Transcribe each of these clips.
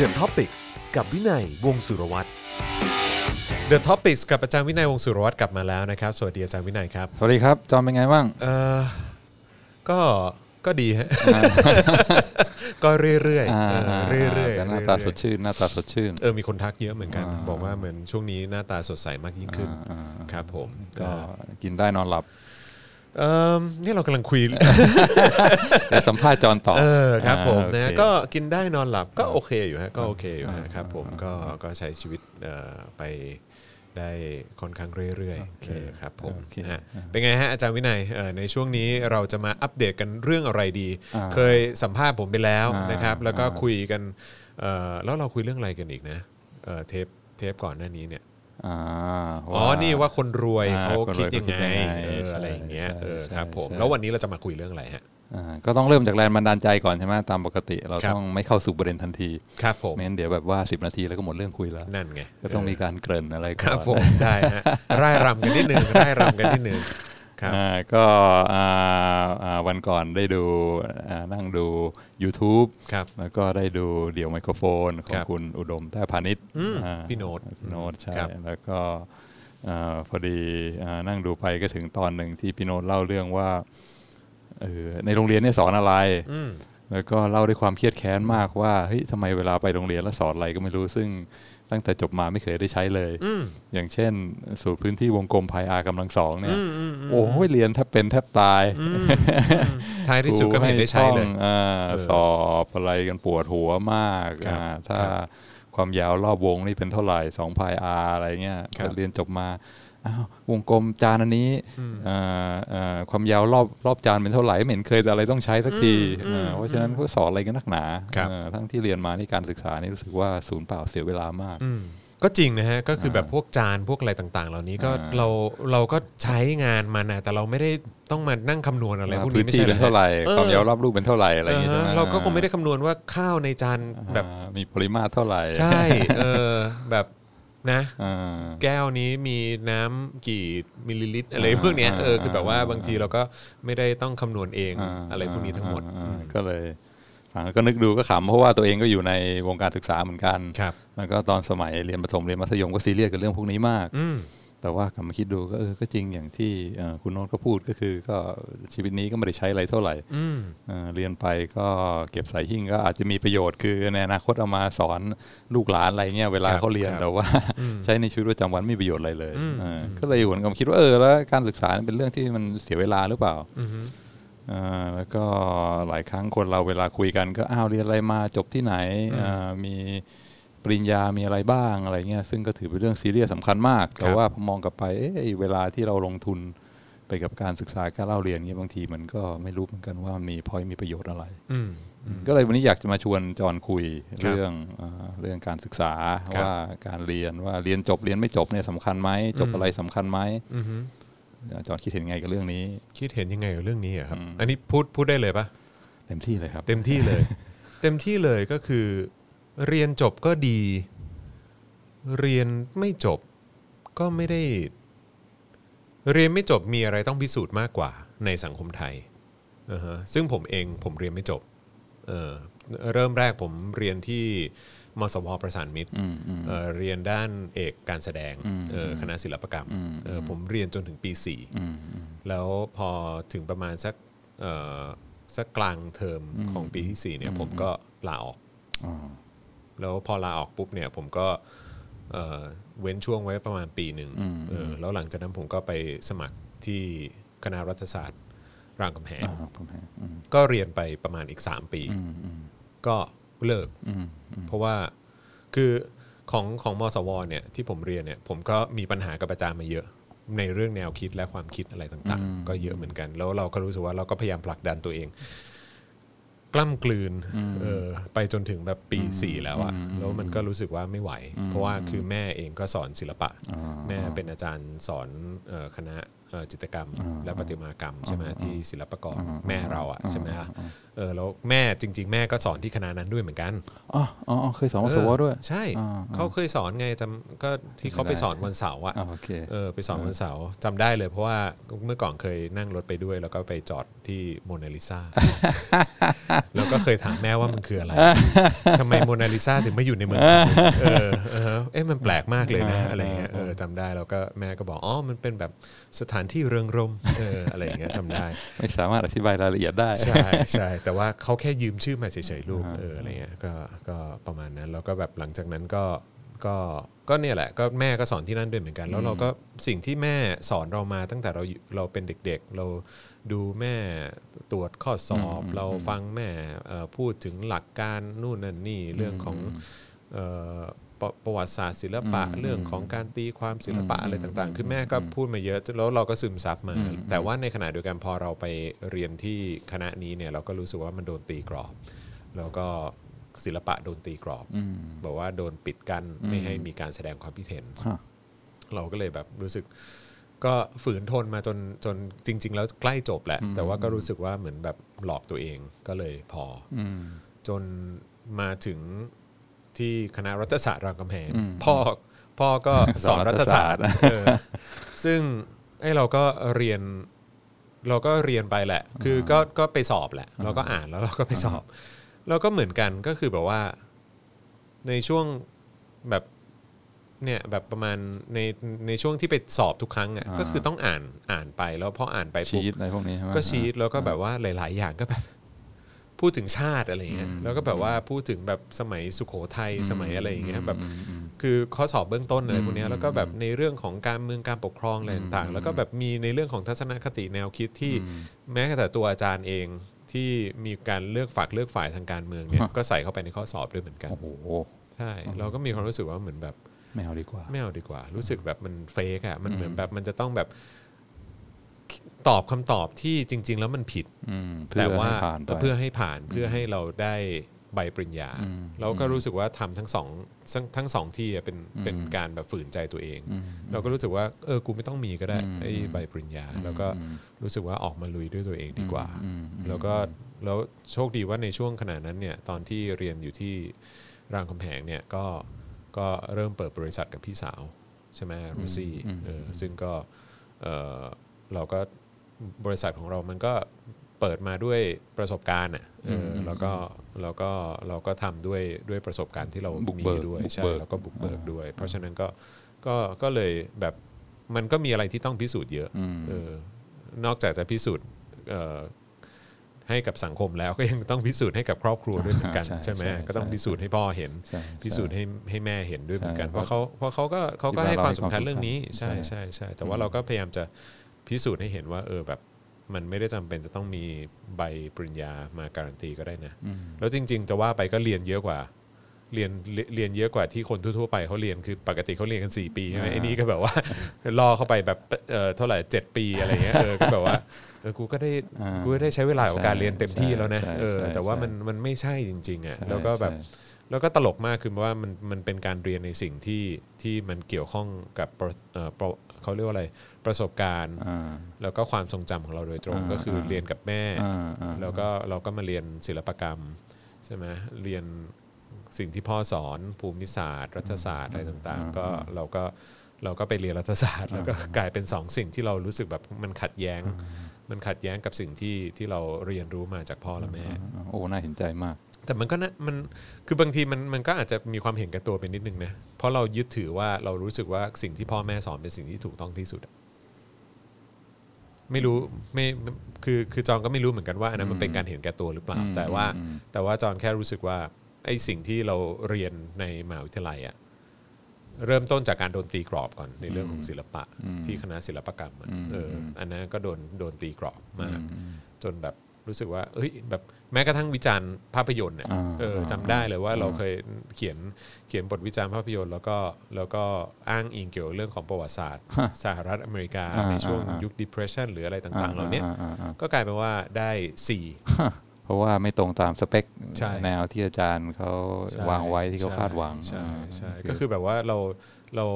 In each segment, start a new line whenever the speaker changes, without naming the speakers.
The Topics กับวินัยวงศ์สุรวัตร
The Topics กับอาจารย์วินัยวงศ์สุรวัตรกลับมาแล้วนะครับ สวัสดีอาจารย์วินัยครับ
สวัสดีครับ จอมเป็นไงบ้าง
เอ่อก็ก็ดี ฮะ ก็เรื่อยๆ
อ่า
เออ
อ่า
เรื่อยๆเรื่อย
แต่
ๆ
หน้าตาสดชื่น หน้าตาสดชื่น
เออมีคนทักเยอะเหมือนกัน บอกว่าเหมือนช่วงนี้หน้าตาสดใสมากยิ่งขึ้นครับผม
ก็กินได้นอนหลับ
เออนี่เรากำลังคุย
และสัมภาษณ์จอนต่อ
เออครับผม
อ่า
นะ
โอเค
ก็กินได้นอนหลับก็โอเคอยู่ฮะก็โอเคอยู่ฮะครับผมก็ก็ใช้ชีวิตเอ่อไปได้ค่อนข้างเรื่อยๆเออครับผม
โอเค
นะฮะเป็นไงฮะอาจารย์วินัยเอ่อในช่วงนี้เราจะมาอัปเดตกันเรื่องอะไรดี
อ่า
เคยสัมภาษณ์ผมไปแล้ว
อ่าน
นะครับ แล้วก็คุยกันเอ่อแล้วเราคุยเรื่องอะไรกันอีกนะเอ่อเทปเทปก่อนหน้านี้เนี่ย
อ่า
อ๋อ นี่ว่าคนรวย
อ่
เขา
นร
คิด
ว
ยังไ
เข
ง
ยั
เออ
ใช่
อะไรอย่างเงี้ย
ใช่
เออ
ใช่
ครับผม
ใช่
แล้ววันนี้เราจะมาคุยเรื่องอะไรฮะ
อ่าก็ต้องเริ่มจากแรงบันดาลใจก่อนใช่ไหมตามปกติ เรา
ครับ
ต้องไม่เข้าสู่ประเด็นทันที
ครับผม
ไม่งั้นเดี๋ยวแบบว่า 10 นาทีแล้วก็หมดเรื่องคุยแล้ว
นั่นไง
ก็ต้องมีการเกริ่นอะไรก่อน
ครับผมได้ฮะร่ายรำกันนิดหนึ่งร่ายรำกันนิดหนึ่งครับ
อ่าก็อ่าอ่าวันก่อนได้ดูอ่านั่งดู YouTube
ครับ
แล้วก็ได้ดูเดี่ยวไมโครโฟนขอ
ค
ง
รับ
คุณอุดมแท้พาณิชย์
อืม
อ่า
พี่โน้ต
พี่โน้ตใช่
ครับ
แล้วก็อ่าพอดีอ่านั่งดูไปก็ถึงตอนหนึ่งที่พี่โน้ตเล่าเรื่องว่าเออในโรงเรียนเนี่ยสอนอะไร
อืม
แล้วก็เล่าด้วยความเครียดแค้นมากว่าเฮ้ยทำไมเวลาไปโรงเรียนแล้วสอนอะไรก็ไม่รู้ซึ่งตั้งแต่จบมาไม่เคยได้ใช้เลย
อืม
อย่างเช่น สูตรพื้นที่วงกลมพายอากำลังสองเนี่ย
อืมอืมอืม
โอ้ยเรียนแทบเป็นแทบตาย
ท้ายที่สุดก็ไม่เห็นได้ใช้เลย
ครูห้ท่องอ่าสอบอะไรกันปวดหัวมาก
ครับ
อ่าถ้า
ครับ
ความยาวรอบวงนี่เป็นเท่าไหร่สองพายอาอะไรเงี้ย
ครับ
เรียนจบมาอ้าววงกลมจานอันนี้อ่าอ่าความยาวรอบรอบจานเป็นเท่าไหร่ไม่เห็นเคยอะไรต้องใช้สักที
อืม
อ่าเพราะฉะนั้นเขาสอนอะไรกันนักหนา
ครับ
เออทั้งที่เรียนมานี่การศึกษานี่รู้สึกว่าศูนย์เปล่าเสียเวลามาก
อืมก็จริงนะฮะก็คือแบบพวกจานพวกอะไรต่าง ๆ เหล่านี้ก็
อ่า
เราเราก็ใช้งานมันนะแต่เราไม่ได้ต้องมานั่งคำนวณอะไรพวกนี้
พื้น
ไม่
ที่
ใช่
เป็นเท่าไหร่
ออ
ความยาวรอบลูกเป็นเท่าไหร่อะไรอย่างเงี้ยใช่ไหม
เราก็คงไม่ได้คำนวณว่าข้าวในจานแบบ
อ่ามีปริมาตรเท่าไหร่
ใช่เออแบบนะ
อ่า
แก้วนี้มีน้ำกี่มิลลิลิตรอะไรพวกเนี้ยเออคือแบบว่าบางทีเราก็ไม่ได้ต้องคำนวณเองอะไรพวกนี้ทั้งหมด
อ่าอ่าก็เลยฟังแล้วก็นึกดูก็ขำเพราะว่าตัวเองก็อยู่ในวงการศึกษาเหมือนกัน
ครับ
แล้วก็ตอนสมัยเรียนประถมเรียนมัธยมก็ซีเรียสกับเรื่องพวกนี้มาก
อืม
แต่ว่ากลับมาคิดดูก็เออก็จริงอย่างที่เอ่อคุณโน้ตก็พูดก็คือก็ชีวิตนี้ก็ไม่ได้ใช้อะไรเท่าไหร่
อืม
เอ่อเรียนไปก็เก็บสายหิ้งก็อาจจะมีประโยชน์คือในอนาคตเอามาสอนลูกหลานอะไรเงี้ยเวลา
ครับ
เขาเรียน
ครับ
แต่ว่า ใช้ในชีวิตประจำวันไม่มีประโยชน์อะไรเลย
อืม
เออก็เลยหวนกลับมาคิดว่าเออแล้วการศึกษานี่เป็นเรื่องที่มันเสียเวลาหรือเปล่า
อืม
อ่าแล้วก็หลายครั้งคนเราเวลาคุยกันก็อ้าวเรียนอะไรมาจบที่ไหนอ่ามีปริญญา มีอะไรบ้างอะไรเงี้ยซึ่งก็ถือเป็นเรื่องซีเรียสสำคัญมาก แต่ว่าพอมองกลับไปเอ๊ะไอ้เวลาที่เราลงทุนไปกับการศึกษาการเล่าเรียนเงี้ยบางทีมันก็ไม่รู้เหมือนกันว่ามันมีพอยมีประโยชน์อะไร
อืม
ก็เลยวันนี้อยากจะมาชวนจอนคุย
ครับ
เรื่องอ่าเรื่องการศึกษา
ครับ
ว่าการเรียนว่าเรียนจบเรียนไม่จบเนี่ยสำคัญไหมจบอะไรสำคัญไหม
อืม
อ่าจอนคิดเห็นไงกับเรื่องนี้
คิดเห็นยังไงกับเรื่องนี้อะครับ อันนี้พูดพูดได้เลยปะ
เต็มที่เลยครับ
เต็มที่เลย เต็มที่เลยก็คือ เรียนจบก็ดี เรียนไม่จบก็ไม่ได้ เรียนไม่จบมีอะไรต้องพิสูจน์มากกว่าในสังคมไทยอ่าฮะซึ่งผมเองผมเรียนไม่จบ เออเริ่มแรกผมเรียนที่มสวประสานมิตร
อืมอืม
เอ่อเรียนด้านเอกการแสดงเอ่อคณะศิลปกรรมเอ่อผมเรียนจนถึงปีสี่
อืมอืม
แล้วพอถึงประมาณสักเอ่อสักกลางเทอมของปีที่สี่เนี่ยผมก็ลาออก
อ๋อ
แล้วพอลาออกปุ๊บเนี่ยผมก็เอ่อเว้นช่วงไว้ประมาณปีหนึ่งเออแล้วหลังจากนั้นผมก็ไปสมัครที่คณะรัฐศาสตร์รามคำแหง
ครับผมฮะอืม
ก็เรียนไปประมาณอีก 3 ปี
อืมอืม
ก็เลิก
อืม
เพราะว่าคือของของมสวเนี่ยที่ผมเรียนเนี่ยผมก็มีปัญหากับอาจารย์มาเยอะ ในเรื่องแนวคิดและความคิดอะไรต่างๆ ก็เยอะเหมือนกัน แล้วเราก็รู้สึกว่าเราก็พยายามผลักดันตัวเอง กล้ำกลืนเออไปจนถึงแบบปีสี่แล้วอะแล้วมันก็รู้สึกว่าไม่ไหว เพราะว่าคือแม่เองก็สอนศิลปะ แม่เป็นอาจารย์สอนเอ่อคณะ เอ่อจิตรกรรม
อ่า
และประติมากรรมใช่ไหมที่ศิลปากร
อ่า
แม่เราอ่ะ
อ่า
ใช่ไหมฮะเออแล้วแม่จริง ๆ แม่ก็สอนที่คณะนั้นด้วยเหมือนกัน
อ๋ออ๋ออ๋อเคยสอนวสวด้วย
ใช่
อ่าอ่า
เขาเคยสอนไงจำก็ที่เขาไปสอนวันเสาร์อ่ะ
อ่าโอเค
เออไปสอนวันเสาร์จำได้เลยเพราะว่าเมื่อก่อนเคยนั่งรถไปด้วย แล้วก็ไปจอดที่โมนาลิ ซา แล้วก็เคยถามแม่ว่ามันคืออะไรทำไมโมนาลิซาถึงไม่อยู่ในเมืองไทยเออเออเอ๊ะมันแปลกมากเลยนะอะไรเงี้ยเออจำได้แล้วก็แม่ก็บอกอ๋อมันเป็นแบบสถานที่เริงรมย์เอออะไรเงี้ยจำได้
ไม่สามารถอธิบายรายละเอียดได้
ใช่ใช่แต่ว่าเขาแค่ยืมชื่อมาเฉยๆลูกเอออะไรเงี้ยก็ก็ประมาณนั้นแล้วก็แบบหลังจากนั้นก็ก็ก็เนี่ยแหละก็แม่ก็สอนที่นั่นด้วยเหมือนกัน แล้วเราก็สิ่งที่แม่สอนเรามาตั้งแต่เราอยู่เราเป็นเด็กๆ เราดูแม่ตรวจข้อสอบ เราฟังแม่เอ่อพูดถึงหลักการนู่นนั่นนี่เรื่องของเอ่อประประวัติศาสตร์ศิลปะเรื่องของการตีความศิลปะอะไรต่างๆ คือแม่ก็พูดมาเยอะแล้วเราก็ซึมซับมา แต่ว่าในขณะเดียวกันพอเราไปเรียนที่คณะนี้เนี่ยเราก็รู้สึกว่ามันโดนตีกรอบ แล้วก็ศิลปะโดนตีกรอบบอกว่าโดนปิดกั้นไม่ให้มีการแสดงความคิดเห็น
ฮะ
เราก็เลยแบบรู้สึก ก็ฝืนทนมาจนจนจริง ๆ แล้วใกล้จบแหละ แต่ว่าก็รู้สึกว่าเหมือนแบบหลอกตัวเองก็เลยพออจนมาถึงที่คณะรัฐศาสตร์รามคำแหงพ่อพ่อก็ สอนรัฐศาสตร์เออซึ่งไอ้เราก็เรียน เราก็เรียนไปแหละ คือก็ก็ไปสอบแหละ เราก็อ่านแล้วเราก็ไปสอบ เราก็เหมือนกันก็คือแบบว่า ในช่วงแบบเนี่ยแบบประมาณในในช่วงที่ไปสอบทุกครั้งอ่ะ
อ่า
ก็คือต้องอ่านอ่านไปแล้วพออ่านไป
ชี
ปุ๊
ต
บ
อะไรพวกนี้ใช่ไหม
ก็ชีตแล้วก็แบบว่าหลาย ๆ อย่างก็แบบ พูดถึงชาติอะไรเงี้ยแล้วก็แบบว่าพูดถึงแบบสมัยสุโขทัยสมัยอะไรอย่างเงี้ยแบบ คือข้อสอบเบื้องต้นอะไรพวกเนี้ยแล้วก็แบบในเรื่องของการเมืองการปกครองอะไรต่างๆ แล้วก็แบบมีในเรื่องของทัศนคติแนวคิดที่แม้กระทั่งตัวอาจารย์เองที่มีการเลือกฝักเลือกฝ่ายทางการเมืองเนี่ยก็ใส่เข้าไปในข้อสอบด้วยเหมือนกัน
โอ้โห
ใช่ เราก็มีความรู้สึกว่าเหมือนแบบ
ไม่เอาดีกว่า
ไม่เอาดีกว่า รู้สึกแบบมันเฟกอะมันเหมือนแบบมันจะต้องแบบตอบคำตอบที่จริง ๆ แล้วมันผิด
อืมเพื่อ
แต่ว่า
ให้ผ่านไป
เพื่อให้ผ่านเพื่อให้เราได้ใบปริญญาเราก็รู้สึกว่าทำทั้งสองทั้งทั้งสองที่อะเป็นเป็นการแบบฝืนใจตัวเอง เราก็รู้สึกว่าเออกูไม่ต้องมีก็ได้ไอ้ใบปริญญา แล้วก็รู้สึกว่าออกมาลุยด้วยตัวเองดีกว่า แล้วก็แล้วโชคดีว่าในช่วงขณะนั้นเนี่ยตอนที่เรียนอยู่ที่รามคำแหงเนี่ยก็ก็เริ่มเปิดบริษัทกับพี่สาว ใช่ไหมรูซี่เออซึ่งก็เออเราก็บริษัทของเรามันก็เปิดมาด้วยประสบการณ์อ่ะเอออแล้วก็แล้วก็เราก็ทำด้วยด้วยประสบการณ์ที่เรา
บุก
มี
เบิก
ด้วย
บุก
ใช่
เบิก
แล้วก็บุกเบิกด้วย เพราะฉะนั้นก็ก็ก็เลยแบบมันก็มีอะไรที่ต้องพิสูจน์เยอะเออนอกจากจะพิสูจน์เอ่อให้กับสังคมแล้วก็ยังต้องพิสูจน์ให้กับครอบครัวด้วยเหมือนกัน
ใช่
ใช่ไหม
ใช่
ก็ต้อง
ใช่
พิสูจน์ให้พ่อเห็น
ใช่ใช่
พิสูจน์ให้ให้แม่เห็นด้วยเหมือนกัน
ใช่
เพราะเขาเพราะเขาก็เขาก็
ที่บ้าน
ให้ความ
เราให้
สำคัญ
ความสำคัญ
เรื่องนี้ใช่
ใช่
ใช่ใช่แต่ว่าเราก็พยายามจะพิสูจน์ให้เห็นว่า เออแบบมันไม่ได้จำเป็นจะต้องมีใบปริญญามาการันตีก็ได้นะ แล้วจริง ๆ จะว่าไปก็เรียนเยอะกว่า เรียนเรียนเรียนเยอะกว่าที่คนทั่วๆไปเขาเรียนคือปกติเขาเรียนกัน 4 ปีใช่ไหมไอ้นี่ก็แบบว่า รอเข้าไปแบบเออเท่าไหร่7ปีอะไรเงี้ยเออก็แบบว่าเออกูก็ได้กูก็ได้ใช้เวลากับการเรียนเต็มที่แล้วนะ
ใช่ใช่
เออ
ใช่
แต่ว่า
ใช่
มันมันไม่ใช่จริงๆอ่ะ
ใช่
แล้วก็แบบ
ใช่
แล้วก็ตลกมากคือว่ามันมันเป็นการเรียนในสิ่งที่ที่มันเกี่ยวข้องกับประเอ่อประเขาเรียกว่าอะไรประสบการณ์
อ่า
แล้วก็ความทรงจำของเราโดยตรง
อ่า
ก็คือเรียนกับแม่
อ่าอ่า
แล้วก็เราก็มาเรียนศิลปกรรมใช่ไหมเรียนสิ่งที่พ่อสอนภูมิศาสตร์ รัฐศาสตร์อะไรต่างๆ ก็เราก็เราก็ไปเรียนรัฐศาสตร์ แล้วก็กลายเป็นสองสิ่งที่เรารู้สึกแบบมันขัดแย้ง มันขัดแย้งกับสิ่งที่ที่เราเรียนรู้มาจากพ่อและแม่
โอ้น่าเห็นใจมาก
แต่มันก็นะมันคือบางทีมันมันก็อาจจะมีความเห็นแก่ตัวไปนิดนึงนะเพราะเรายึดถือว่าเรารู้สึกว่าสิ่งที่พ่อแม่สอนเป็นสิ่งที่ถูกต้องที่สุดอะไม่รู้ไม่คือคือจอนก็ไม่รู้เหมือนกันว่าอันนั้นมันเป็นการเห็นแก่ตัวหรือเปล่า แต่ว่า แต่ว่าจอนแค่รู้สึกว่าไอ้สิ่งที่เราเรียนในมหาวิทยาลัยอะเริ่มต้นจากการโดนตีกรอบก่อนในเรื่องของศิลปะ ที่คณะศิลปกรรมอะเออออันนั้นก็โดนโดนตีกรอบมาก จนแบบรู้สึกว่าเอ้ยแบบแม้กระทั่งวิจารณ์ภาพยนตร์เนี่ย
อ่า
เออจำได้เลยว่าเราเคยเขียนเขียนบทวิจารณ์ภาพยนตร์แล้วก็แล้วก็อ้างอิงเกี่ยวกับเรื่องของประวัติศาสตร์สหรัฐอเมริกา
อ่า
ในช่วง
อ่ายุ
ยุค depression หรืออะไรต่างๆ
อ่
เหล่าเนี้ย
อ่อ่อ่า
ก็กลายเป็นว่าได้ 4
เพราะว่าไม่ตรงตามสเปค
ใช่
แนวที่อาจารย์เขาวางไว้ที่เขาคาดหวัง
ใช่ใช่
อ่า
ก็คือแบบว่าเรา เรา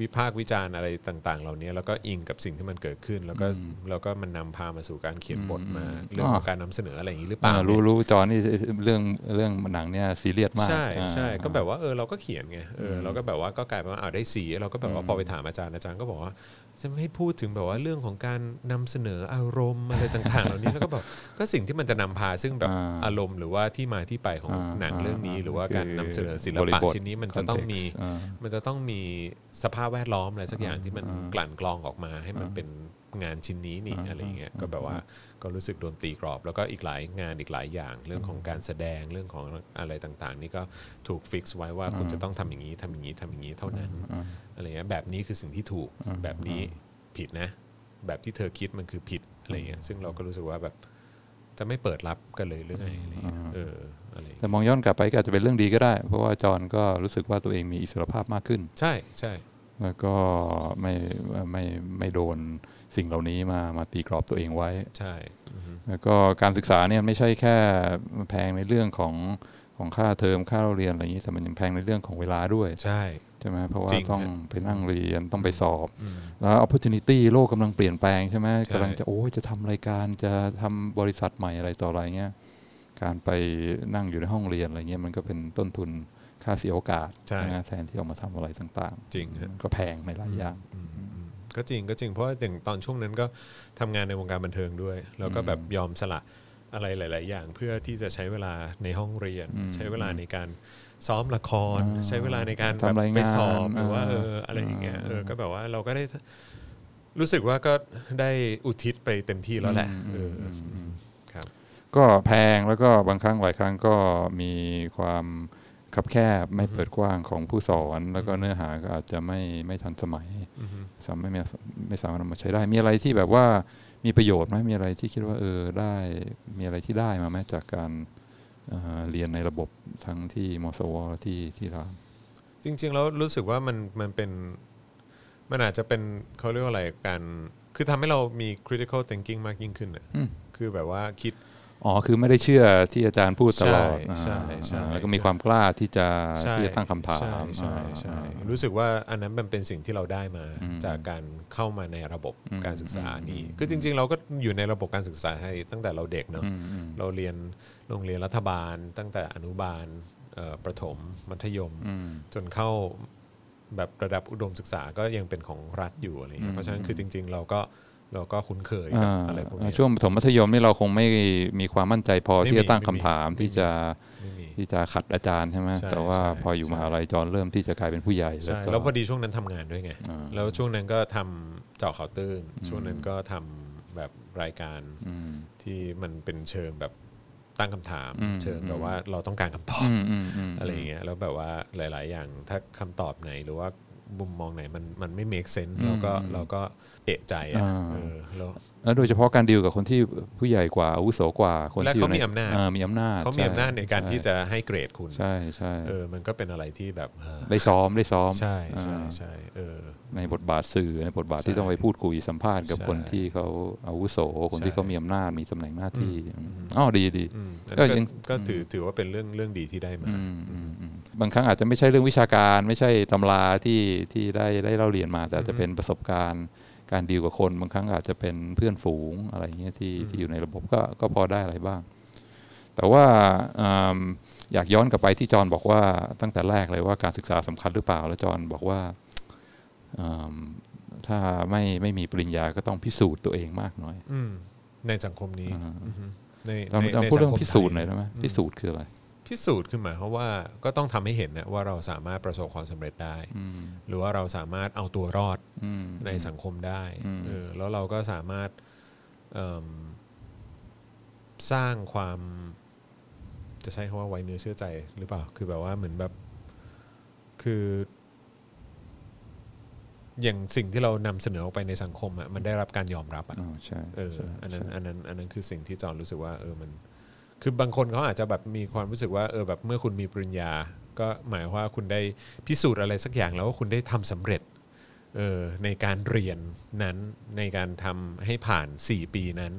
วิพากษ์วิจารณ์อะไรต่าง ๆ เหล่านี้แล้วก็อิงกับสิ่งที่มันเกิดขึ้น แล้วก็แล้วก็มันนำพามาสู่การเขียนบทมาเรื่องของการนำเสนออะไรอย่างนี้หรือเปล่า
อ่า
เนี่ย
รู้รู้จอนี่เรื่องเรื่องหนังเนี่ยซีเรียสมาก
ใช่ใช่
อ่า
ก็แบบว่าเออเราก็เขียนไงเอออเราก็แบบว่าก็กลายเป็นว่าอ้าวได้สีเราก็แบบว่าพอไปถามอาจารย์อาจารย์ก็บอกว่าจะไม่พูดถึงแบบว่าเรื่องของการนำเสนออารมณ์อะไรต่างๆ เหล่านี้แล้วก็บอกก็สิ่งที่มันจะนำพาซึ่งแบบ
อ่า
อารมณ์หรือว่าที่มาที่ไปของ
อ่า
หนังเรื่องนี้
อ่า
หรือว่า
คือ
การนำเสนอศิล
บริ
ปะ
บท
ชิ้นนี้มันจะต้องมี
context อ่ามั
มันจะต้องมีสภาพแวดล้อมอะไรสักอย่างที่มันกลั่นกรองออกมา ให้มันเป็นงานชิ้นนี้นี่อะไรอย่างเงี้ยก็แบบว่าก็รู้สึกโดนตีกรอบ แล้วก็อีกหลายงานอีกหลายอย่าง เรื่องของการแสดงเรื่องของอะไรต่างๆ นี่ก็ถูกฟิกซ์ไว้ว่าคุณจะต้องทำอย่างนี้ทำอย่างนี้ทำอย่างนี้เท่านั้นอะไรเงี้ยแบบนี้คือสิ่งที่ถูกแบบนี้ผิดนะ แบบที่เธอคิดมันคือผิดอะไรเงี้ยซึ่งเราก็รู้สึกว่าแบบจะไม่เปิดรับกันเลยหรือไงอะไรเงี้ยเอออะไรเงี้ย
แต่มองย้อนกลับไปก็อาจจะเป็นเรื่องดีก็ได้ เพราะว่าจอห์นก็รู้สึกว่าตัวเองมีอิสรภาพมากขึ้น
ใช่ใช่
แล้วก็ไม่ไม่ไม่โดนสิ่งเหล่านี้มามาตีกรอบตัวเองไว้
ใช่อือฮึ
แล้วก็การศึกษาเนี่ยไม่ใช่แค่แพงในเรื่องของของค่าเทอมค่าเราเรียนอะไรอย่างนี้แต่มันยังแพงในเรื่องของเวลาด้วย
ใช่
ใช่ไหมเพราะว่า
จริง
ต้อง
ฮะ
ไปนั่งเรียนต้องไปสอบ
อืม
แล้ว opportunity โลกกำลังเปลี่ยนแปลงใช่ไหม
ใช่
กำลังจะโอ้ยจะทำรายการจะทำบริษัทใหม่อะไรต่ออะไรเงี้ยการไปนั่งอยู่ในห้องเรียนอะไรเงี้ยมันก็เป็นต้นทุนค่าเสียโอกาส
ใช่
นะแทนที่ออกมาทำอะไรต่าง
จริงฮะ
ๆมันก็แพงในหลายอย่าง
อืมอืมก็จริงก็จริงเพราะว่าอย่างตอนช่วงนั้นก็ทำงานในวงการบันเทิงด้วย แล้วก็แบบยอมสละอะไรหลาย ๆ อย่าง เพื่อที่จะใช้เวลาในห้องเรียน
อืม
ใช้เวลาในการซ้อมละคร
อ่า
ใช้เวลาในการแบบ
ทำรายงาน
ไปสอบหรือว่า
อ่า
เอออะไรอย่างเงี้ย
อ่า
เออก็แบบว่าเราก็ได้รู้สึกว่าก็ได้อุทิศไปเต็มที่แล้วแหละ
อืม
เอออ
มอืม
ครับ
ก็แพงแล้วก็บางครั้งหลายครั้งก็มีความคับแคบไม่เปิดกว้างของผู้สอน แล้วก็เนื้อหาก็อาจจะไม่ไม่ทันสมัย
อือฮึ
สามารถไม่ไม่สามารถนำมาใช้ได้ มีอะไรที่แบบว่ามีประโยชน์ไหมมีอะไรที่คิดว่าเออได้มีอะไรที่ได้มาไหมจากการเอ่อเรียนในระบบทั้งที่มสวและที่ที่ราม
จริงๆแล้วรู้สึกว่ามันมันเป็นมันอาจจะเป็นเขาเรียกว่าอะไรการคือทำให้เรามี critical thinking มากยิ่งขึ้นอ่ะ
อืม
คือแบบว่าคิด
อ๋อคือไม่ได้เชื่อที่อาจารย์พูดตลอด
ใช่ใช่ใช่
อ่าแล้วก็มีความกล้าที่จะ
ใช่
ที่จะตั้งคำถาม
ใช่ใช่ใช่
อ่า
รู้สึกว่าอันนั้นมันเป็นสิ่งที่เราได้มา
อืม
จากการเข้ามาในระบบ
อืม
การศึกษานี้
อืม
คือจริง ๆ เราก็อยู่ในระบบการศึกษาไทยตั้งแต่เราเด็กเนาะ
อืมอืม
เราเรียนโรงเรียนรัฐบาล ตั้งแต่อนุบาลเอ่อประถมมัธยม
อืม
จนเข้าแบบระดับอุดมศึกษาก็ยังเป็นของรัฐอยู่อะไรเงี้ยเพราะฉะนั้นคือจริง ๆ เราก็เราก็คุ้นเคยกับอะไรพวกเนี้ย
ช่วงปฐมมัธยมนี่เราคงไม่มีความมั่นใจพอ
ไม่มี
ที่จะตั้งคำถาม
ไม่มี
ที่จะ
ไม่มี
ที่จะขัดอาจารย์ใช่ไหม
ใช่
แต่ว่า
ใช่
พออยู่มหาลัยจอนเริ่มที่จะกลายเป็นผู้ใหญ่
ใช่
ก็
แล้วพอดีช่วงนั้นทำงานด้วยไง
อ่า
แล้วช่วงนั้นก็ทำเจาะข่าวตื้น ช่วงนั้นก็ทำแบบรายการ
อืม
ที่มันเป็นเชิงแบบตั้งคำถาม
อืม
เชิงแบบว่าเราต้องการคำตอบ
อืมอืมอืม
อะไรอย่างเงี้ยแล้วแบบว่าหลาย ๆ อย่างถ้าคำตอบไหนหรือว่ามุมมองไหนมันมันไม่ make sense เราก็เราก็เอะใจอะ
อ่า
เออแล้ว
แล้วโดยเฉพาะการดีลกับคนที่ผู้ใหญ่กว่าอาวุโสกว่าคน
และ
ที่อยู่
เขามีอำนาจ
เมีอำนาจ
เขามีอำนาจในการ
ช่
ที่จะให้เกรดคุณ
ใช่ใช่
เออมันก็เป็นอะไรที่แบบเออ
ได้ซ้อมได้ซ้อม
ใช่ใช่
อ่า
ใช่เออ
ในบทบาทสื่อในบทบาทที่ต้องไปพูดคุยสัมภาษณ์กับ
ใช่
คนที่เขาอาวุโสคนที่เขามีอำนาจมีตำแหน่งหน้าที่อ๋อดีดี
อืมอัน
ก็
นั้นก็
ยัง
ก็ถือถือว่าเป็นเรื่องเรื่องดีที่ได้มา
อืมอืมอืมบางครั้งอาจจะไม่ใช่เรื่องวิชาการ ไม่ใช่ตำราที่ที่ได้ได้เล่าเรียนมาแต่อาจจะเป็นประสบการณ์การดีลกับคน บางครั้งอาจจะเป็นเพื่อนฝูงอะไรเงี้ยที่ที่อยู่ในระบบก็ก็พอได้อะไรบ้าง แต่ว่าอืมอยากย้อนกลับไปที่จอห์นบอกว่าตั้งแต่แรกเลยว่าการศึกษาสำคัญหรือเปล่า แล้วจอห์นบอกว่าอืมถ้าไม่ไม่มีปริญญาก็ต้องพิสูจน์ตัวเองมากหน่อย
อืมในสังคมนี้อือฮึใน
จอห์น
ใน
จอห์น
ใน
พูดเรื่อ
สัค
ง
ม
พิสูจน์ห
ไท
น่อยได้ไหมพิสูจน์คืออะไร
พิสูจน์ขึ้นมาเพราะว่าก็ต้องทำให้เห็นนะว่าเราสามารถประสบความสำเร็จได้
อืม
หรือว่าเราสามารถเอาตัวรอด
อืม
ในสังคมได้
อืม
เออแล้วเราก็สามารถเอิ่มสร้างความ จะใช้คำว่าไว้เนื้อเชื่อใจหรือเปล่า คือแบบว่าเหมือนแบบคือ อย่างสิ่งที่เรานำเสนอออกไปในสังคมอะมันได้รับการยอมรับอะ
อ๋อใช่
เออ
ใช่
อันนั้น
ใช่
อันนั้นอันนั้นคือสิ่งที่จอห์นรู้สึกว่าเออมันคือบางคนเขาอาจจะแบบมีความรู้สึกว่าเออแบบเมื่อคุณมีปริญญา ก็หมายความว่าคุณได้พิสูจน์อะไรสักอย่างแล้วว่าคุณได้ทำสำเร็จเออในการเรียนนั้นในการทำให้ผ่าน 4 ปีนั้น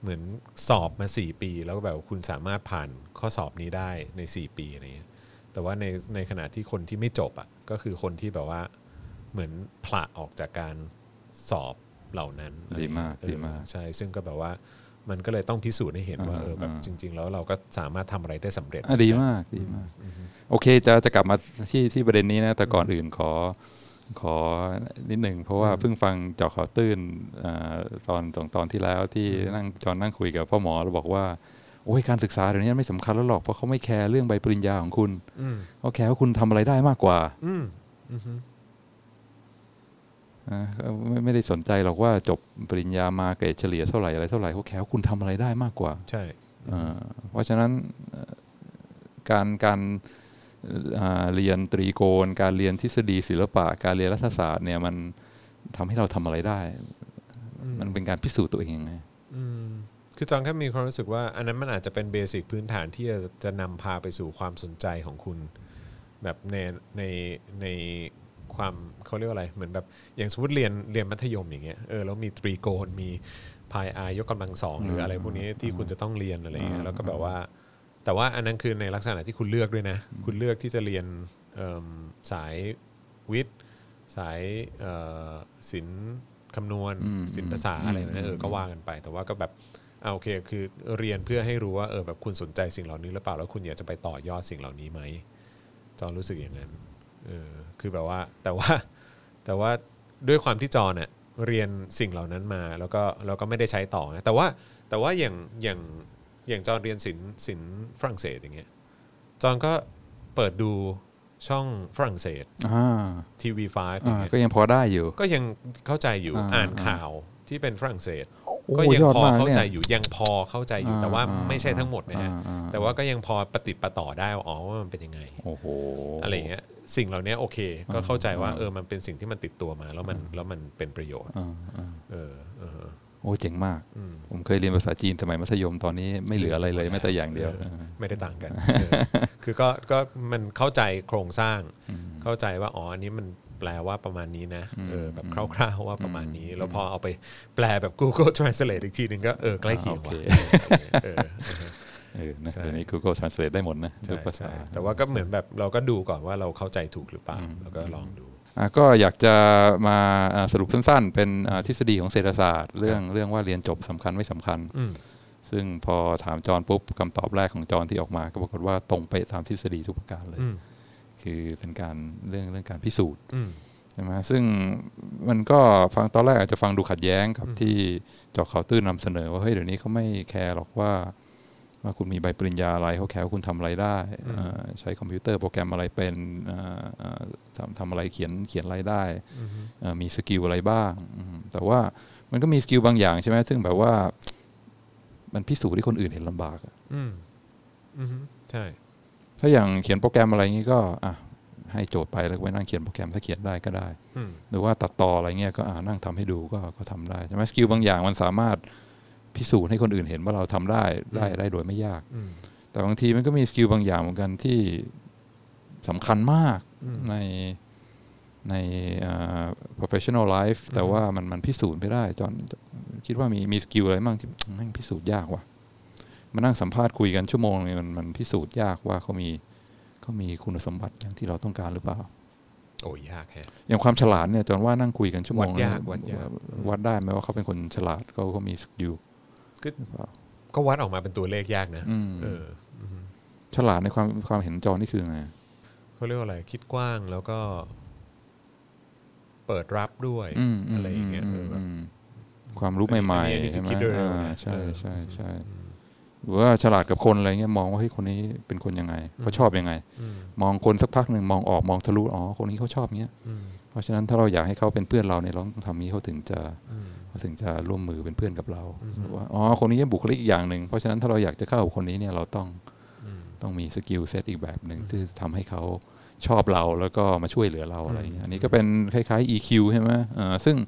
เหมือนสอบมา 4 ปี แล้วก็แบบคุณสามารถผ่านข้อสอบนี้ได้ใน 4 ปีอะไรเงี้ย แต่ว่าในในขณะที่คนที่ไม่จบอ่ะก็คือคนที่แบบว่าเหมือนผละออกจากการสอบเหล่านั้น
ดีมาก
เออ
ดีมาก
ใช่ ซึ่งก็แบบว่ามันก็เลยต้องพิสูจน์ให้เห็นว่า
อ่า
เออแบบ
อ่า
จริง ๆ แล้วเราก็สามารถทำอะไรได้สำเร็จ
อ่ะดีมากดีมาก โอเคจะจะกลับมาที่ที่ประเด็นนี้นะ แต่ก่อนอื่นขอขอนิดหนึ่ง เพราะว่าเพิ่งฟังเจอข่าวตื้นอ่าตอนสองตอนที่แล้วที่นั่งจอนนั่งคุยกับพ่อหมอเราบอกว่า โอ้ยการศึกษาเดี๋ยวนี้ไม่สำคัญแล้วหรอกเพราะเขาไม่แคร์เรื่องใบปริญญาของคุณ
อืม
เขาแคร์ว่าคุณทำอะไรได้มากกว่า
อืมอือฮึ
นะเขาไม่ไม่ได้สนใจหรอกว่าจบปริญญามาเกรดเฉลี่ยเท่าไหร่อะไรเท่าไหร่เขาแคร์ว่าคุณทำอะไรได้มากกว่า
ใช่
เอ่อเพราะฉะนั้นเอ่อการการเอ่อเรียนตรีโกณ การเรียนทฤษฎีศิลปะ การเรียนรัฐศาสตร์เนี่ยมันทำให้เราทำอะไรได้
อืม
มันเป็นการพิสูจน์ตัวเองไง
อืมคือจองแค่มีความรู้สึกว่า อันนั้นมันอาจจะเป็นเบสิกพื้นฐานที่จะจะนำพาไปสู่ความสนใจของคุณ แบบในในในความเขาเรียกว่าอะไร เหมือนแบบอย่างสมมติเรียนเรียนมัธยมอย่างเงี้ยเออแล้วมีตรีโกณมีพายอายกกำลังสองหรืออะไรพวกนี้ที่คุณจะต้องเรียนอะไรเงี้ยแล้วก็แบบว่า แต่ว่าอันนั้นคือในลักษณะที่คุณเลือกด้วยนะ คุณเลือกที่จะเรียนเอิ่มสายวิทย์ สายเอ่อศิลป์คำนวณศิลปศาสตร์อะไรแบบนั้นเออก็ว่ากันไป แต่ว่าก็แบบอ่าโอเคคือเรียนเพื่อให้รู้ว่าเออแบบคุณสนใจสิ่งเหล่านี้หรือเปล่าแล้วคุณอยากจะไปต่อยอดสิ่งเหล่านี้ไหมจอนรู้สึกอย่างนั้นเออคือแบบว่าแต่ว่า แต่ว่าด้วยความที่จอนเน่ะเรียนสิ่งเหล่านั้นมาแล้วก็แล้วก็ไม่ได้ใช้ต่อนะแต่ว่าแต่ว่าอย่างอย่างอย่างจอนเรียนศิลป์ศิลป์ฝรั่งเศสอย่างเงี้ยจอนก็เปิดดูช่องฝรั่งเศส
อ่า
ทีวีฟ้าอย่า
อ่าง
เงี้ย
ก็ยังพอได้อยู่
ก็ยังเข้าใจอยู่
อ่า
อ่านข่าวที่เป็นฝรั่งเศส
โอ้
ก็ยัง
ยอด
พอ
มาก
เข้า
เนี่ย
ใจอยู่ยังพอเข้าใจอยู่
อ่า
แต่ว่า
อ่า
ไม่ใช่ทั้งหมดนะฮะ
อ่าอ่า
แต่ว่าก็ยังพอปฏิดประต่อได้ว่าอ๋อว่ามันเป็นยังไง
โอ้โห
อะไรอย่างเงี้ยสิ่งเหล่านี้โอเค ก็เข้าใจว่าเออมันเป็นสิ่งที่มันติดตัวมาแล้วมันแล้วมันเป็นประโยชน์
อ่าอ่า
เออเออ
โอ้เจ๋งมาก
อืม
ผมเคยเรียนภาษาจีนสมัยมัธยมตอนนี้ไม่เหลืออะไรเลยแม้แต่อย่างเดียว
ออไม่ได้ต่างกันเออคือก็ก็มันเข้าใจโครงสร้าง เข้าใจว่าอ๋ออันนี้มันแปลว่าประมาณนี้นะเออแบบคร่าวๆว่าประมาณนี้ แล้วพอเอาไปแปลแบบ Google Translate อีกทีหนึ่งก็เออใกล้เคียงว่ะ
อ่าโอเค
เออเออ
เออนะ
ใช่
เดี๋ยวนี้ Google Translate ได้หมดนะทุ
ใช่
กภาษา
ใช่แต่ว่าก็เหมือนแบบเราก็ดูก่อนว่าเราเข้าใจถูกหรือเปล่าแล้วก็ลองดู
อ่ะก็อยากจะมาอ่าสรุปสั้นๆ เป็นอ่าทฤษฎีของเศรษฐศาสตร์ เรื่องเรื่องว่าเรียนจบสำคัญไม่สำคัญ
อืม
ซึ่งพอถามจอนปุ๊บคำตอบแรกของจอนที่ออกมา ก็ปรากฏว่าตรงไปตามทฤษฎีทุกประการเลย
อืม
คือเป็นการเรื่องเรื่องการพิสูจน์
อืม
ใช่ไหมซึ่งมันก็ฟังตอนแรกอาจจะฟังดูขัดแย้งกับที่จอเขาวตื้นนำเสนอว่าเฮ้ยเดี๋ยวนี้เขาไม่แคร์หรอกว่า ว่าคุณมีใบปริญญาอะไรเขาแคร์ว่าคุณทำอะไรได้
อืม
อ่าใช้คอมพิวเตอร์โปรแกรมอะไรเป็นอ่าอ่าทำทำอะไรเขียนเขียนอะไรได้
อืม
เอ่อมีสกิลอะไรบ้างอืมแต่ว่ามันก็มีสกิลบางอย่างใช่ไหมซึ่งแบบว่า มันพิสูจน์ที่คนอื่นเห็นลำบากอะ
อืมอืมใช่
ถ้าอย่างเขียนโปรแกรมอะไรงี้ก็อ่ะให้โจทย์ไปแล้วก็ไปนั่งเขียนโปรแกรมถ้าเขียนได้ก็ได้
อืม
หรือว่าตัดต่ออะไรเงี้ยก็อ่านั่งทำให้ดูก็ก็ทำได้ใช่ไหมสกิลบางอย่างมันสามารถพิสูจน์ให้คนอื่นเห็นว่าเราทำได้ได้ได้โดยไม่ยาก
อืม
แต่บางทีมันก็มีสกิลบางอย่างเหมือนกันที่สำคัญมาก
อืม
ในในเอ่อ professional life แต่ว่ามันมันพิสูจน์ไม่ได้จอนคิดว่ามีมีสกิลอะไรบ้างที่แม่งพิสูจน์ยากว่ะมานั่งสัมภาษณ์คุยกันชั่วโมงเนี่ยมันมันพิสูจน์ยากว่าเขามีเขามีคุณสมบัติอย่างที่เราต้องการหรือเปล่า
โอ้ยยากแฮะ
อย่างความฉลาดเนี่ยจอนว่านั่งคุยกันชั่วโมง
วัดยาก
เนี่
วัดยาก
วัดได้ไหมว่าเขาเป็นคนฉลาดเขาเขามีสกิล
ก็
หรือเปล่า
ก็วัดออกมาเป็นตัวเลขยากนะ
อืม
เอออืม
ฉลาดในความความเห็นจอนนี่คือไง
เขาเรียกว่าอะไรคิดกว้างแล้วก็ เปิดรับด้วย
อืมม
อะไรอย่างเงี้ยเออแบบ
มมความรู้ใหม่
อันนี้
ๆ
อันนี้
ใช่ไหม
คือคิดเร็วๆนะ
อ่าใช่
เออ
ใช่ใช่หรือว่าฉลาดกับคนอะไรเงี้ยมองว่าเฮ้ยคนนี้เป็นคนยังไงเขาชอบยังไง
อืม
มองคนสักพักหนึ่งมองออกมองทะลุอ๋อคนนี้เขาชอบเงี้ย
อืม
เพราะฉะนั้นถ้าเราอยากให้เขาเป็นเพื่อนเราเนี่ยเราต้องทำนี้เขาถึงจะ
อืม
เขาถึงจะร่วมมือเป็นเพื่อนกับเรา
อืม
หรือว่าอ๋อคนนี้บุคลิกอีกอย่างหนึ่งเพราะฉะนั้นถ้าเราอยากจะเข้ากับคนนี้เนี่ยเราต้อง
อืม
ต้องมีสกิลเซตอีกแบบหนึ่งที่ทำให้เขาชอบเราแล้วก็มาช่วยเหลือเราอะไรเงี้ยอันนี้ก็เป็นคล้ายๆ EQ ใช่ไหมเอ่อซึ่ง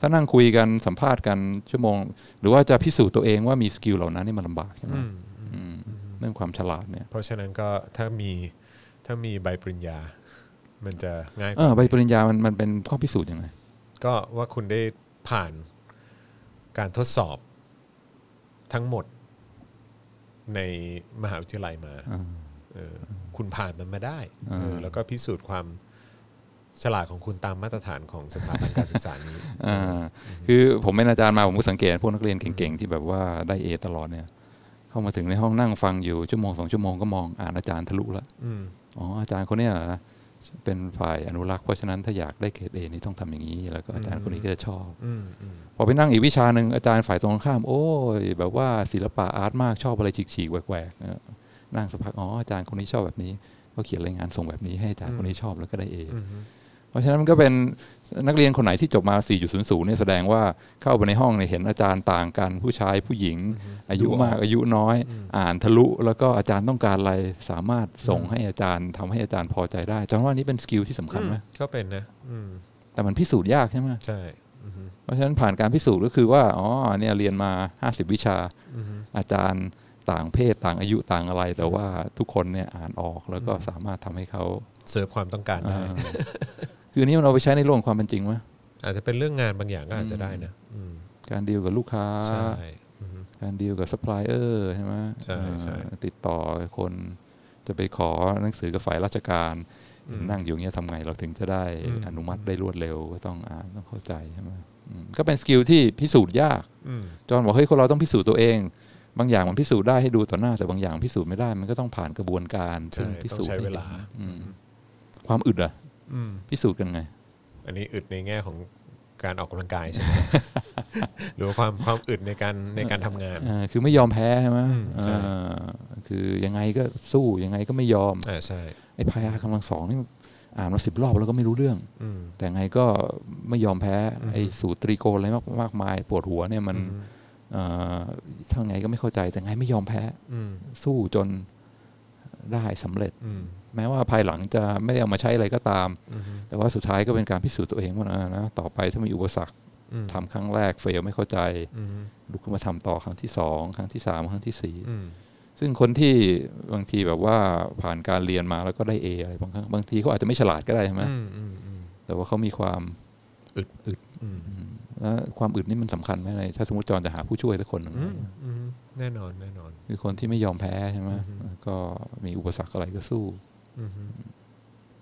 ถ้านั่งคุยกันสัมภาษณ์กันชั่วโมง หรือว่าจะพิสูจน์ตัวเองว่ามีสกิลเหล่านั้นนี่มันลำบากใช่ไหม
อืมอืม
อืมเรื่องความฉลาดเนี่ย
เพราะฉะนั้นก็ถ้ามีถ้ามีใบปริญญา มันจะง่ายก
เอ
ว่า
อใบปริญญามันมันเป็นข้อพิสูจน์ยังไง
ก็ว่าคุณได้ผ่านการทดสอบทั้งหมดในมหาวิทยาลัยมา
อ่า
เอ เออคุณผ่านมันมาได้
อ่า
เออแล้วก็พิสูจน์ความฉลาดของคุณตามมาตรฐานของสถาบันการศึกษานี้
อ่าคือผมเป็นอาจารย์มาผมก็สังเกตพวกนักเรียนเก่งๆที่แบบว่าได้เอตลอดเนี่ย เข้ามาถึงในห้องนั่งฟังอยู่ชั่วโมงสองชั่วโมงก็มองอ่านอาจารย์ทะลุละ
อืม
อ๋ออาจารย์คนเนี้ยเหรอเป็นฝ่ายอนุรักษ์เพราะฉะนั้นถ้าอยากได้เกรดเอนี่ต้องทำอย่างนี้ แล้วก็อาจารย์คนนี้ก็จะชอบ
อืมอืม
พอไปนั่งอีกวิชาหนึ่งอาจารย์ฝ่ายตรงข้าม โอ้ยแบบว่าศิลปะอาร์ตมากชอบอะไรฉีกๆแหวกๆเออนั่งสักพักอ๋ออาจารย์คนนี้ชอบแบบนี้ ก็เขียนรายงานส่งแบบนี้ให้อาจารย์คนนี้ชอบแล้วก็ได้เอ
อืม
เพราะฉะนั้นมันก็เป็นนักเรียนคนไหนที่จบมา 4.00 เนี่ยแสดงว่าเข้าไปในห้องเนี่ยเห็นอาจารย์ต่างกัน ผู้ชายผู้หญิง อายุมากอายุน้อย อ่านทะลุ แล้วก็อาจารย์ต้องการอะไรสามารถส่งให้อาจารย์ทำให้อาจารย์พอใจได้จอนว่านี่เป็นสกิลที่สำคัญไหม
ก็เป็นนะ อืม
แต่มันพิสูจน์ยากใช่ไหม
ใช่อืม
เพราะฉะนั้นผ่านการพิสูจน์ก็คือว่าอ๋อเนี่ยเรียนมา 50 วิชา
อืม
อาจารย์ต่างเพศต่างอายุต่างอะไร แต่ว่าทุกคนเนี่ยอ่านออกแล้วก็สามารถทำให้เขา
เสิร์ฟความต้องการได้
อ่าคืออันนี้มันเอาไปใช้ในโลกความเป็นจริงไหม
อาจจะเป็นเรื่องงานบางอย่างก็อาจจะได้นะอืม
การดีลกับลูกค้า
ใช่อืม
การดีลกับซัพพลายเออร์ใช่ไหม
ใช่ใช่
เอ่อติดต่อคนจะไปขอหนังสือกับฝ่ายราชการ
อืม
นั่งอยู่อย่างเงี้ยทำไงเราถึงจะได้
อืม
อนุมัติได้รวดเร็วก็ต้องอ่านต้องเข้าใจใช่ไหมอืมก็เป็นสกิลที่พิสูจน์ยาก
อืม
จอห์นบอกเฮ้ยคนเราต้องพิสูจน์ตัวเอง บางอย่างมันพิสูจน์ได้ให้ดูต่อหน้าแต่บางอย่างพิสูจน์ไม่ได้มันก็ต้องผ่านกระบวนการ
ใช่
ซึ่งพิสูจน์
ต้องใช้เวลา
ให้ห็นอืมความอึดอะ
อืม
พิสูจน์กันไง
อันนี้อึดในแง่ของการออกกำลังกายใช่ไหม หรือว่าความความอึดในการในการทำงาน
เออคือไม่ยอมแพ้ใช่ไหม
อืมใช่
เออคือยังไงก็สู้ยังไงก็ไม่ยอม
อ่าใช่
ไอ้พายากำลังสองนี่อ่านมาสิบรอบแล้วก็ไม่รู้เรื่อง
อืม
แต่ไงก็ไม่ยอมแพ้ ไอ้สูตรตรีโกนอะไรมากมากมาย ปวดหัวเนี่ยมันเอ่อทั้งไงก็ไม่เข้าใจแต่ไงไม่ยอมแพ้
อืม
สู้จนได้สำเร็จ
อืม
แม้ว่าภายหลังจะไม่ได้เอามาใช้อะไรก็ตาม
อืม
แต่ว่าสุดท้ายก็เป็นการพิสูจน์ตัวเองว่าเออนะต่อไปถ้ามีอุปสรรค
อืม
ทำครั้งแรกเฟลไม่เข้าใจ
อืม
ลุกขึ้นมาทำต่อครั้งที่สองครั้งที่สามครั้งที่สี่
อืม
ซึ่งคนที่บางทีแบบว่าผ่านการเรียนมาแล้วก็ได้ A อะไรบางครั้งบางทีเขาอาจจะไม่ฉลาดก็ได้ใช่ไหม
อืมอืมอืม
แต่ว่าเขามีความ
อืม
แล้วความอึดนี่มันสำคัญไหมในถ้าสมมติจอนจะหาผู้ช่วยสักคนหนึ่ง
อืมอืมแน่นอนแน่นอน
คือคนที่ไม่ยอมแพ้ใช่ไหม
อือฮึ
แล้วก็มีอุปสรรคอะไรก็สู้
อืม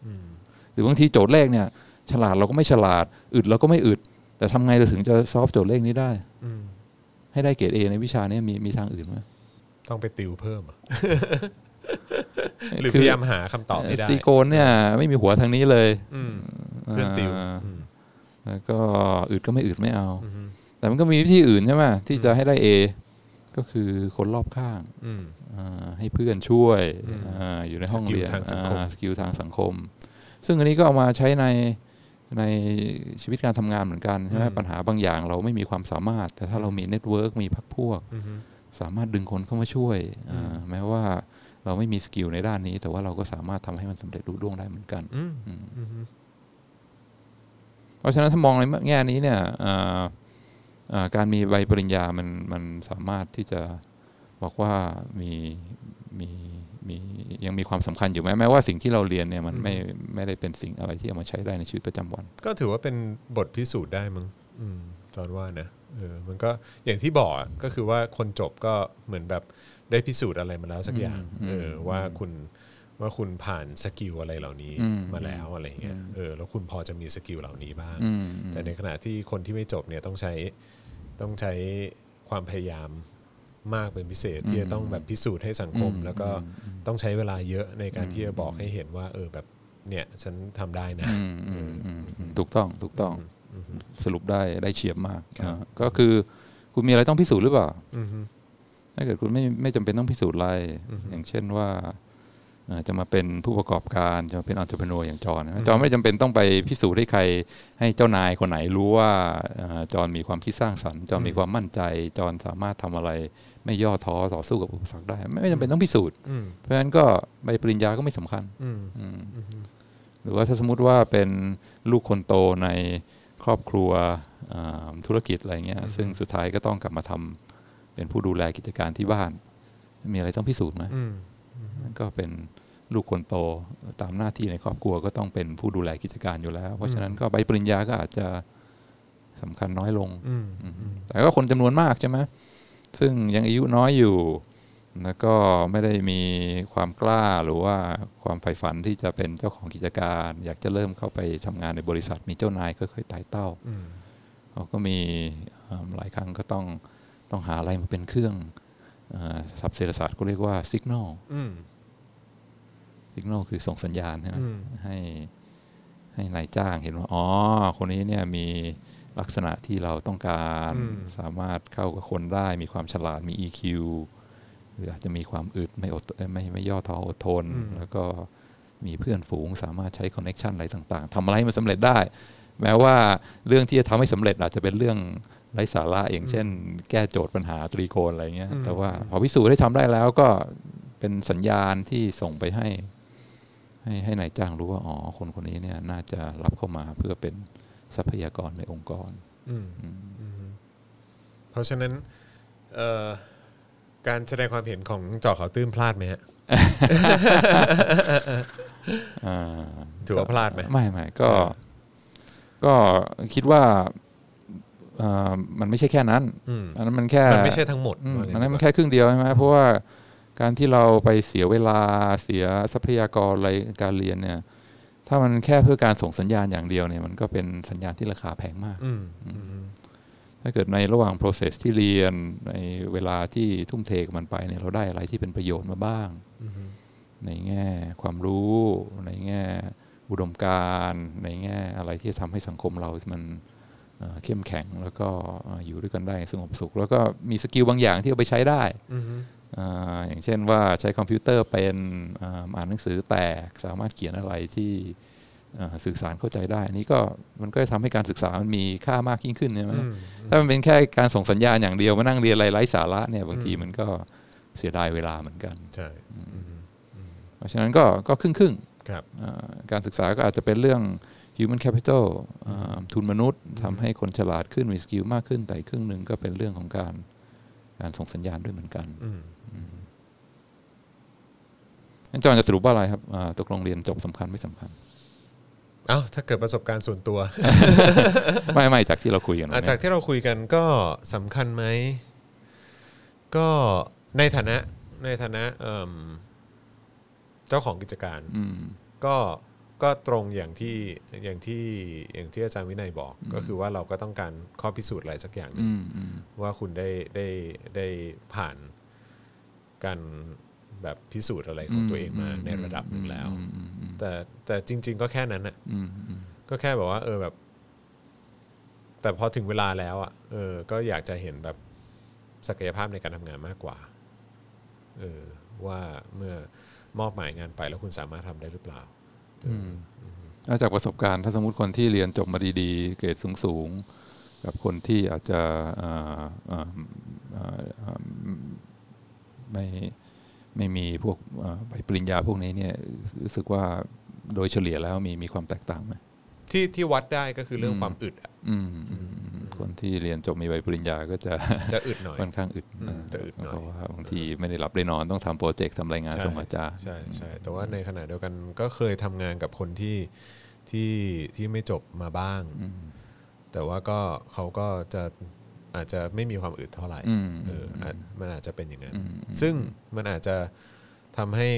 อืม
หรือบางทีโจทย์เลขเนี่ย ฉลาดเราก็ไม่ฉลาด อึดเราก็ไม่อึด แต่ทำไงเราถึงจะซอฟโจทย์เลขนี้ได้
อืม
ให้ได้เกรด A ในวิชาเนี้มีมีทางอื่นไหม
ต้องไปติวเพิ่มเหรอหรือพยายามหาคำตอบไม่ได้
ตีโกนเนี่ยไม่มีหัวทางนี้เลย
อืมเรื่องติวอืม
แล้วก็อึดก็ไม่อึดไม่เอา
อืม
แต่มันก็มีวิธีอื่นใช่ไหมที่จะให้ได้ A ก็คือคนรอบข้าง
อืม
อ่าให้เพื่อนช่วย
อืม
อ่าอยู่ในห้องเรียน
สกิลทางสังคม
อ่าสกิลทางสังคม ซึ่งอันนี้ก็เอามาใช้ในในชีวิตการทำงานเหมือนกันใช่ไหมปัญหาบางอย่างเราไม่มีความสามารถ แต่ถ้าเรามีเน็ตเวิร์กมีพักพวก
อืม
สามารถดึงคนเข้ามาช่วยอ่า
อืม
แม้ว่าเราไม่มีสกิลในด้านนี้ แต่ว่าเราก็สามารถทำให้มันสำเร็จรุ่ล่วงได้เหมือนกัน
อืม
อืม
อืม
เพราะฉะนั้นถ้ามองในแง่นี้เนี่ยเอ่อเอ่อการมีใบปริญญามันมันสามารถที่จะบอกว่ามีมีมียังมีความสำคัญอยู่ไหมแม้ว่าสิ่งที่เราเรียนเนี่ยมันไม่ไม่ได้เป็นสิ่งอะไรที่เอามาใช้ได้ในชีวิตประจำวัน
ก็ถือว่าเป็นบทพิสูจน์ได้มั้งอืมจอนว่านะเออมันก็อย่างที่บอกอะก็คือว่าคนจบก็เหมือนแบบได้พิสูจน์อะไรมาแล้วสักอย่าง
อืม
เออว่าคุณว่าคุณผ่านสกิลอะไรเหล่านี้
อืม
มาแล้วอะไรเงี้ย
อืม
เออแล้วคุณพอจะมีสกิลเหล่านี้บ้าง
อืม
แต่ในขณะที่คนที่ไม่จบเนี่ยต้องใช้ต้องใช้ความพยายามมากเป็นพิเศษที่จะต้องแบบพิสูจน์ให้สังคม แล้วก็ต้องใช้เวลาเยอะในการที่จะบอกให้เห็นว่า เออแบบเนี่ยฉันทำได้นะ
อืมอืมอืมอืมถูกต้องถูกต้อง
อืม
สรุปได้ได้เฉียบมาก
ครับ
อ่าก็คือคุณมีอะไรต้องพิสูจน์หรือเปล่า
อืม
ถ้าเกิดคุณไม่ไม่จำเป็นต้องพิสูจน์อะไร
อือฮึ
อย่างเช่นว่าเอ่อจะมาเป็นผู้ประกอบการ จะมาเป็นอัจฉริยะอย่างจอห์น
อือฮึ
นะจอห์นไม่จำเป็นต้องไปพิสูจน์ให้ใคร ให้เจ้านายคนไหนรู้ว่าเอ่อจอห์นมีความคิดสร้างสรรค์ จอห์นมีความมั่นใจ จอห์นสามารถทำอะไร ไม่ย่อท้อต่อสู้กับอุปสรรคได้ ไม่ไม่จำเป็นต้องพิสูจน์
อืม
เพราะฉะนั้นก็ใบปริญญาก็ไม่สำคัญ
อืม
อืมหรือว่าถ้าสมมติว่าเป็นลูกคนโตในครอบครัวเอ่อธุรกิจอะไรเงี้ย
อือฮึ
ซึ่งสุดท้ายก็ต้องกลับมาทำเป็นผู้ดูแลกิจการที่บ้าน มีอะไรต้องพิสูจน์ไหม
อืม
นั่นก็เป็นลูกคนโตตามหน้าที่ในครอบครัวก็ต้องเป็นผู้ดูแลกิจการอยู่แล้ว เพราะฉะนั้นก็ใบปริญญาก็อาจจะสำคัญน้อยลง
อืม
แต่ก็คนจำนวนมากใช่ไหมซึ่งยังอายุน้อยอยู่ แล้วก็ไม่ได้มีความกล้าหรือว่าความใฝ่ฝันที่จะเป็นเจ้าของกิจการ อยากจะเริ่มเข้าไปทำงานในบริษัทมีเจ้านายค่อยๆไต่เต้า
อืม
เขาก็มีเอิ่มหลายครั้งก็ต้องต้องหาอะไรมาเป็นเครื่องเออศัพท์เศรษฐศาสตร์ก็เรียกว่าสัญญาณ
อืม
สัญญาณคือส่งสัญญาณใช่ไหม
อืม
ให้ให้นายจ้างเห็นว่าอ๋อคนนี้เนี่ยมีลักษณะที่เราต้องการ
อืม
สามารถเข้ากับคนได้ มีความฉลาดมี EQ หรืออาจจะมีความอึดไม่อดเอ้ยไม่ไม่ย่อท้ออดทน
อืม
แล้วก็มีเพื่อนฝูงสามารถใช้คอนเน็ชันอะไรต่างๆทำอะไรให้มันสำเร็จได้ แม้ว่าเรื่องที่จะทำให้สำเร็จอาจจะเป็นเรื่องไร้สาระอย่างเช่น แก้โจทย์ปัญหาตรีโกณอะไรเงี้ย
อืม
แต่ว่าพอพิสูจน์ได้ทำได้แล้วก็เป็นสัญญาณที่ส่งไปให้ ให้ให้นายจ้างรู้ว่าอ๋อคนคนนี้เนี่ยน่าจะรับเข้ามาเพื่อเป็นทรัพยากรในองค์กร
อืม
อืม
เพราะฉะนั้นเอ่อการแสดงความเห็นของเจาะเขาวตื้นพลาดไหมฮะ
อ่า
ถือว่าพลาดไหม
ไม่ไม่ก็ ก็คิดว่าเอ่อมันไม่ใช่แค่นั้น
อืม
อันนั้นมันแค่
มันไม่ใช่ทั้งหมด
อืม
ว่างั้
อันนั้นมั
ดีก
น
ว่
แค่ครึ่งเดียวใช่ไหมเพราะว่าการที่เราไปเสียเวลาเสียทรัพยากรอะไรการเรียนเนี่ย ถ้ามันแค่เพื่อการส่งสัญญาณอย่างเดียวเนี่ย มันก็เป็นสัญญาณที่ราคาแพงมาก
าอืมอืมอืม
ถ้าเกิดในระหว่าง process ที่เรียนในเวลาที่ทุ่มเทกับมันไปเนี่ยเราได้อะไรที่เป็นประโยชน์มาบ้าง
อืม
ในแง่ความรู้ ในแง่อุดมการณ์ในแง่อะไรที่จะทำให้สังคมเรา มันเอ่อเข้มแข็งแล้วก็เอ่ออยู่ด้วยกันได้อย่างสงบสุข แล้วก็มีสกิลบางอย่างที่เอาไปใช้ได้
อืม
อ่าอย่างเช่นว่าใช้คอมพิวเตอร์เป็นอ่าอ่านหนังสือแตกสามารถเขียนอะไรที่เอ่อสื่อสารเข้าใจได้อันนี้ก็มันก็จะทำให้การศึกษามันมีค่ามากยิ่งขึ้นใช่ไหม
อืม
ถ้ามันเป็นแค่การส่งสัญญาณอย่างเดียวมานั่งเรียนอะไรไร้สาระเนี่ยบางที
อืม
มันก็เสียดายเวลาเหมือนกัน
ใช่อืม
เพราะฉะนั้นก็ก็ครึ่งครึ่ง
ค
ๆ
รับ
อ่าการศึกษาก็อาจจะเป็นเรื่อง human capital อ่าทุนมนุษย์ทำให้คนฉลาดขึ้นมีสกิลมากขึ้น แต่อีกครึ่งหนึ่งก็เป็นเรื่องของการการส่งสัญญาณด้วยเหมือนกัน
อืม
งั้นจอห์นจะสรุปว่าอะไรครับอ่าตกลงเรียนจบสำคัญไม่สำคัญ
เอ้าถ้าเกิดประสบการณ์ส่วนตัว
ไม่ไม่จากที่เราคุยกัน
อา
วัน
จาก
นี้
ที่เราคุยกันก็สำคัญไหม ก็ในฐานะในฐานะเอิ่มเจ้าของกิจการ
อืม
ก็ก็ตรงอย่างที่อย่างที่อย่างที่อาจารย์วินัยบอก ก็คือว่าเราก็ต้องการข้อพิสูจน์อะไรสักอย่างหนึง
อืมอืม
ว่าคุณได้ได้ได้ผ่านการแบบพิสูจน์อะไรของตัวเองมาในระดับหนึ่งแล้ว
อืมอืม
แต่แต่จริง ๆ ก็แค่นั้นน่ะ
อืมอืม
ก็แค่แบบว่า เออแบบ แต่พอถึงเวลาแล้วอ่ะเออ ก็อยากจะเห็นแบบศักยภาพในการทำงานมากกว่า เออ ว่าเมื่อมอบหมายงานไปแล้วคุณสามารถทำได้หรือเปล่า
อืมแล้วจากประสบการณ์ถ้าสมมติคนที่เรียนจบมาดีๆ เกรดสูงๆ กับคนที่อาจจะอ่าอ่าอ่าอ่าไม่ไม่มีพวกอ่าใบปริญญาพวกนี้เนี่ยรู้สึกว่าโดยเฉลี่ยแล้วมีมีความแตกต่างไหม
ที่ที่วัดได้ก็คือเรื่องความอึดอะ
อืมอืมอืมคนที่เรียนจบมีใบปริญญาก็จะ
จะอึดหน่อย
ค่อนข้างอึด
อืมจะอึดหน่อย
เพราะว่าบางทีไม่ได้หลับได้นอนต้องทำโปรเจกต์ทำรายงาน
ใช่
ส่งอาจารย์
ใช่ใช่แต่ว่าในขณะเดียวกันก็เคยทำงานกับคนที่ที่ที่ไม่จบมาบ้าง
อืม
แต่ว่าก็เขาก็จะอาจจะไม่มีความอึดเท่าไหร่
อืม
เอออาจมันอาจจะเป็นอย่างนั้น
อืม
ซึ่งมันอาจจะทำให้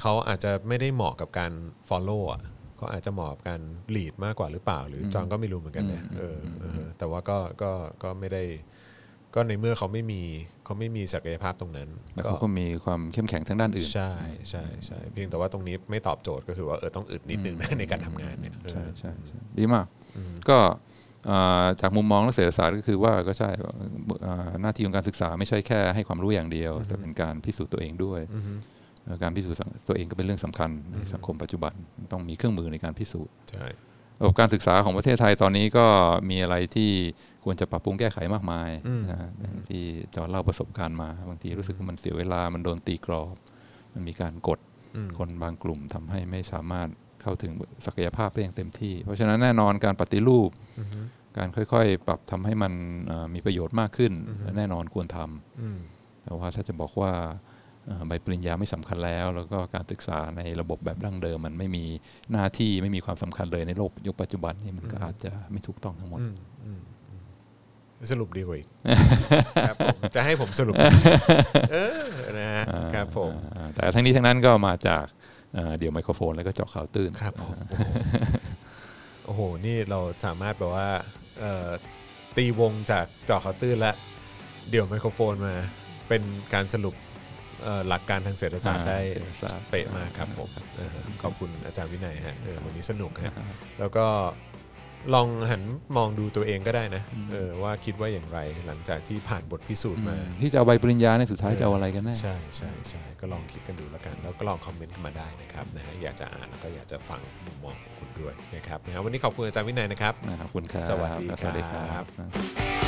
เขาอาจจะไม่ได้เหมาะกับการ follow อ่ะเขาอาจจะเหมาะกับการ lead มากกว่าหรือเปล่า หรือจองก็ไม่รู้เหมือนกันเนี่ยเออเออแต่ว่าก็ก็ก็ไม่ได้ก็ในเมื่อเขาไม่มีเขาไม่มีศักยภาพตรงนั้น
แล้วเขาก็มีความเข้มแข็งทางด้านอื่น
ใช่ใช่ใช่เพียงแต่ว่าตรงนี้ไม่ตอบโจทย์ก็คือว่าเออต้องอึดนิดนึงนะ ในการทำงานเนี่ยเออ
ใช่ใช่ใช่ดีมากก็เอ่อจากมุมมองนักเศรษฐศาสตร์ก็คือว่าก็ใช่เอ่อหน้าที่ของการศึกษาไม่ใช่แค่ให้ความรู้อย่างเดียว แต่เป็นการพิสูจน์ตัวเองด้วย
อือฮึ
แล้วการพิสูจน์ตัวเองก็เป็นเรื่องสำคัญในสังคมปัจจุบันต้องมีเครื่องมือในการพิสูจน์
ใช่
ระบบการศึกษาของประเทศไทยตอนนี้ก็มีอะไรที่ควรจะปรับปรุงแก้ไขมากมาย
อืม
นะฮะอย่างที่จอร์จเล่าประสบการณ์มาบางทีรู้สึกว่ามันเสียเวลามันโดนตีกรอบ มันมีการกด
อืม
คนบางกลุ่มทำให้ไม่สามารถเข้าถึงศักยภาพได้อย่างเต็มที่ เพราะฉะนั้นแน่นอนการปฏิรูป
อือฮึ
การค่อยๆ ปรับทำให้มันเอ่อมีประโยชน์มากขึ้น
อือฮึ
แน่นอนควรทำ
อืม
แต่ว่าถ้าจะบอกว่าเอ่อใบปริญญาไม่สำคัญแล้ว แล้วก็การศึกษาในระบบแบบดั้งเดิม มันไม่มีหน้าที่ไม่มีความสำคัญเลยในโลกยุคปัจจุบันนี่มันก็
อืม
อาจจะไม่ถูกต้องทั้งหมด
อืมอืม สรุปดีกว่า อีก ครับผมจะให้ผมสรุป เออนะฮะครับผม
อ่าแต่ทั้งนี้ทั้งนั้นก็มาจากเอ่อเดี๋ยวไมโครโฟนแล้วก็เจาะข่าวตื้น
ครับ ผมโอ้โหโอ้โห นี่เราสามารถแบบว่าเอ่อตีวงจากเจอเขาวตื้นและ เดี๋ยวไมโครโฟนมา เป็นการสรุปเอ่อหลักการทางเศรษฐศาสตร์ได้
อ่เศษศาสตร์
เป๊ะมากครับผมเออขอบคุณอาจารย์วินัยฮะเออวันนี้สนุกฮะแล้วก็ลองหันมองดูตัวเองก็ได้นะเออว่าคิดว่าอย่างไรหลังจากที่ผ่านบทพิสูจน์มา
ที่จะเอาใบปริญญาในยสุดท้ายจะเอาอะไรกันแน่
ใช่ใช่ใช่ก็ลองคิดกันดูแล้วกัน แล้วก็ลองคอมเมนต์กันมาได้นะครับนะฮะอยากจะอ่านแล้วก็อยากจะฟังมุมมองของคุณด้วยนะครับนะฮะวันนี้ขอบคุณอาจารย์วินัยนะครับ
นะครับขอบคุณครับ
สวัสดี
สวัสดีค
ครั
รับ บ